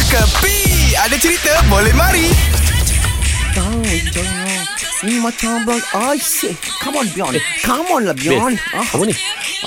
Kepi Ada cerita boleh mari Down, down. Ni macam abang Aisy Come on Bjorn Come on lah Bjorn Ah, Apa ni?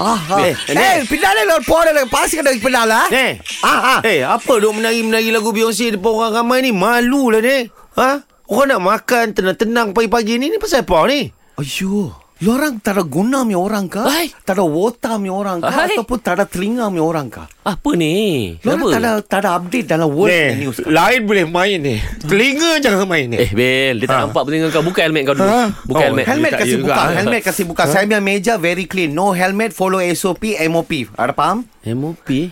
ah, ah. Bil, Eh, ni. eh pindah lah Pora lah Pasti kena pindah lah Ni. Ah, ah. Eh, apa duk menari-menari lagu Beyonce depan orang ramai ni? Malu lah ni. Ha? Orang nak makan tenang-tenang pagi-pagi ni. Ni pasal apa ni? Ayuh Lu orang tak ada guna mi orang kah? Hai. Tak ada wota mi orang kah? Hai. Ataupun tak ada telinga mi orang kah? Apa ni? Lu orang tak ada, Kenapa? tak ada update dalam world ni news kah? lain boleh main ni. Telinga jangan main ni. Eh, Bel, dia tak Ah. Ha. nampak pertengah kau. Buka helmet kau dulu. Buka Oh, helmet. Helmet Letak kasi dia buka juga. eh. Helmet kasi buka Saya punya meja very clean No helmet Follow SOP MOP Ada faham? MOP.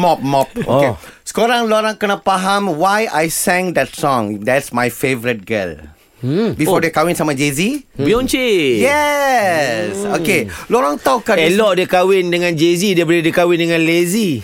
Mop, mop. Okay. Oh. Sekarang lorang kena faham why I sang that song. That's my favorite girl. Hmm. Before oh. dia kahwin sama Jay-Z. Beyonce. Hmm. Yes. Okay. Lorang tahu kan? Elok dia kahwin dengan Jay-Z daripada dia kahwin dengan Lazy.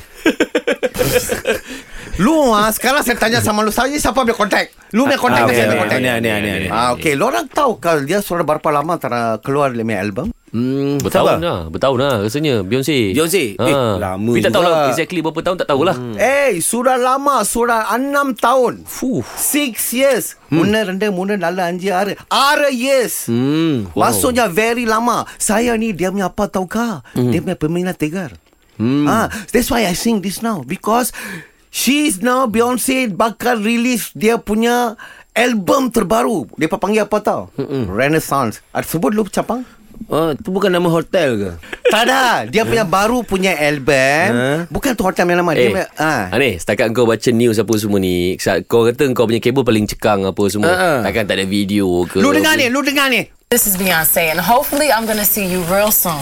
Lu ah, sekarang saya tanya sama lu. Saya siapa punya kontak? Lu punya kontak ke okey, saya punya okey, kontak? okey, okey, okey, okey. Ah, okay. Lorang tahu kan dia sudah berapa lama tak ah, keluar dalam album? Hmm, Sabar. bertahun lah. Bertahun lah rasanya. Beyonce. Beyonce. Eh, lama Tapi tak tahu juga. lah exactly berapa tahun tak tahulah. Hmm. Eh, sudah lama. Sudah enam tahun. Fuh. Six years. Muna rendah, muna nala anji ara. Ara years. Hmm. Wow. Maksudnya very lama. Saya ni dia punya apa tahu kah? Mm. Dia punya peminat tegar. Mm. Ah, that's why I sing this now because she's now Beyonce bakal release dia punya album terbaru. Dia panggil apa tahu? Mm-mm. Renaissance. Ada sebut lu capang? Oh, tu bukan nama hotel ke? tak ada. Dia punya baru punya album. Huh? Bukan tu hotel yang lama. Dia Eh, punya, ah. ha. ni setakat kau baca news apa semua ni sa- Kau kata kau punya kabel paling cekang apa semua Ha, ha. Takkan tak ada video Ah, ke Lu dengar ni, lu dengar ni. This is Beyonce, and hopefully, I'm gonna see you real soon.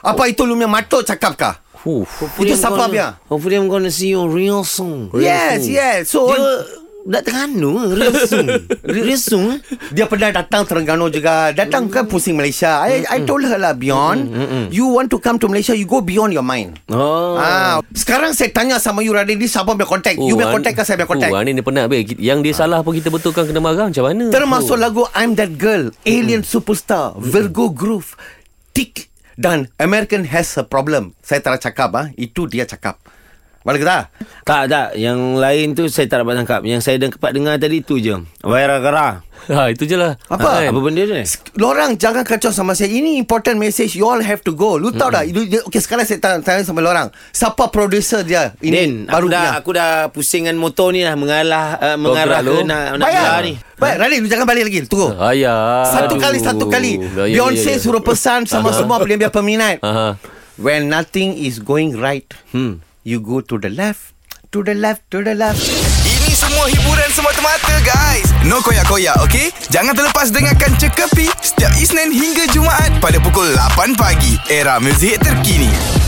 Apa itu lu punya matok cakap kah? Fuh. Itu siapa punya? Hopefully I'm gonna see you E real soon. Real Yes, soon. yes. So Dia nak Terengganu real soon. real eh. soon. Dia pernah datang Terengganu juga Datang kan pusing Malaysia I, I told her lah Beyond You want to come to Malaysia You go beyond your mind Oh. Ah, sekarang saya tanya sama you Radin ni siapa punya contact? you punya contact ke saya punya contact? Ah. Oh, ni dia penat be. Yang dia salah pun kita betulkan kena marah macam mana? Termasuk lagu I'm That Girl, Alien Superstar, Virgo Groove, Tick dan American Has a Problem. Saya tak nak cakap ah, itu dia cakap. Boleh kita? Tak, tak. Yang lain tu saya tak dapat tangkap. Yang saya dapat dengar tadi tu je. Waira gara. Ha itu je lah. Apa? Ha, kan? Apa benda ni? Lorang jangan kacau sama saya Ini important message You all have to go Lu tahu dah you- you- Okay sekarang saya tanya, tanya sama lorang Siapa producer dia Ini Din, baru aku dah, punya. aku dah pusing dengan motor ni lah. Mengalah, uh, mengarah gerak ke lu. nak, nak Bayar gelar ni. Baik Radin lu jangan balik lagi Tunggu Ayah. Satu aduh. kali satu kali Ya, ya, Beyonce ya, ya. suruh pesan Sama semua pelia peminat Aha. When nothing is going right Hmm. You go to the left To the left To the left Ini semua hiburan semata-mata guys No koyak-koyak ok Jangan terlepas dengarkan Cekapi Setiap Isnin hingga Jumaat Pada pukul 8 pagi Era muzik terkini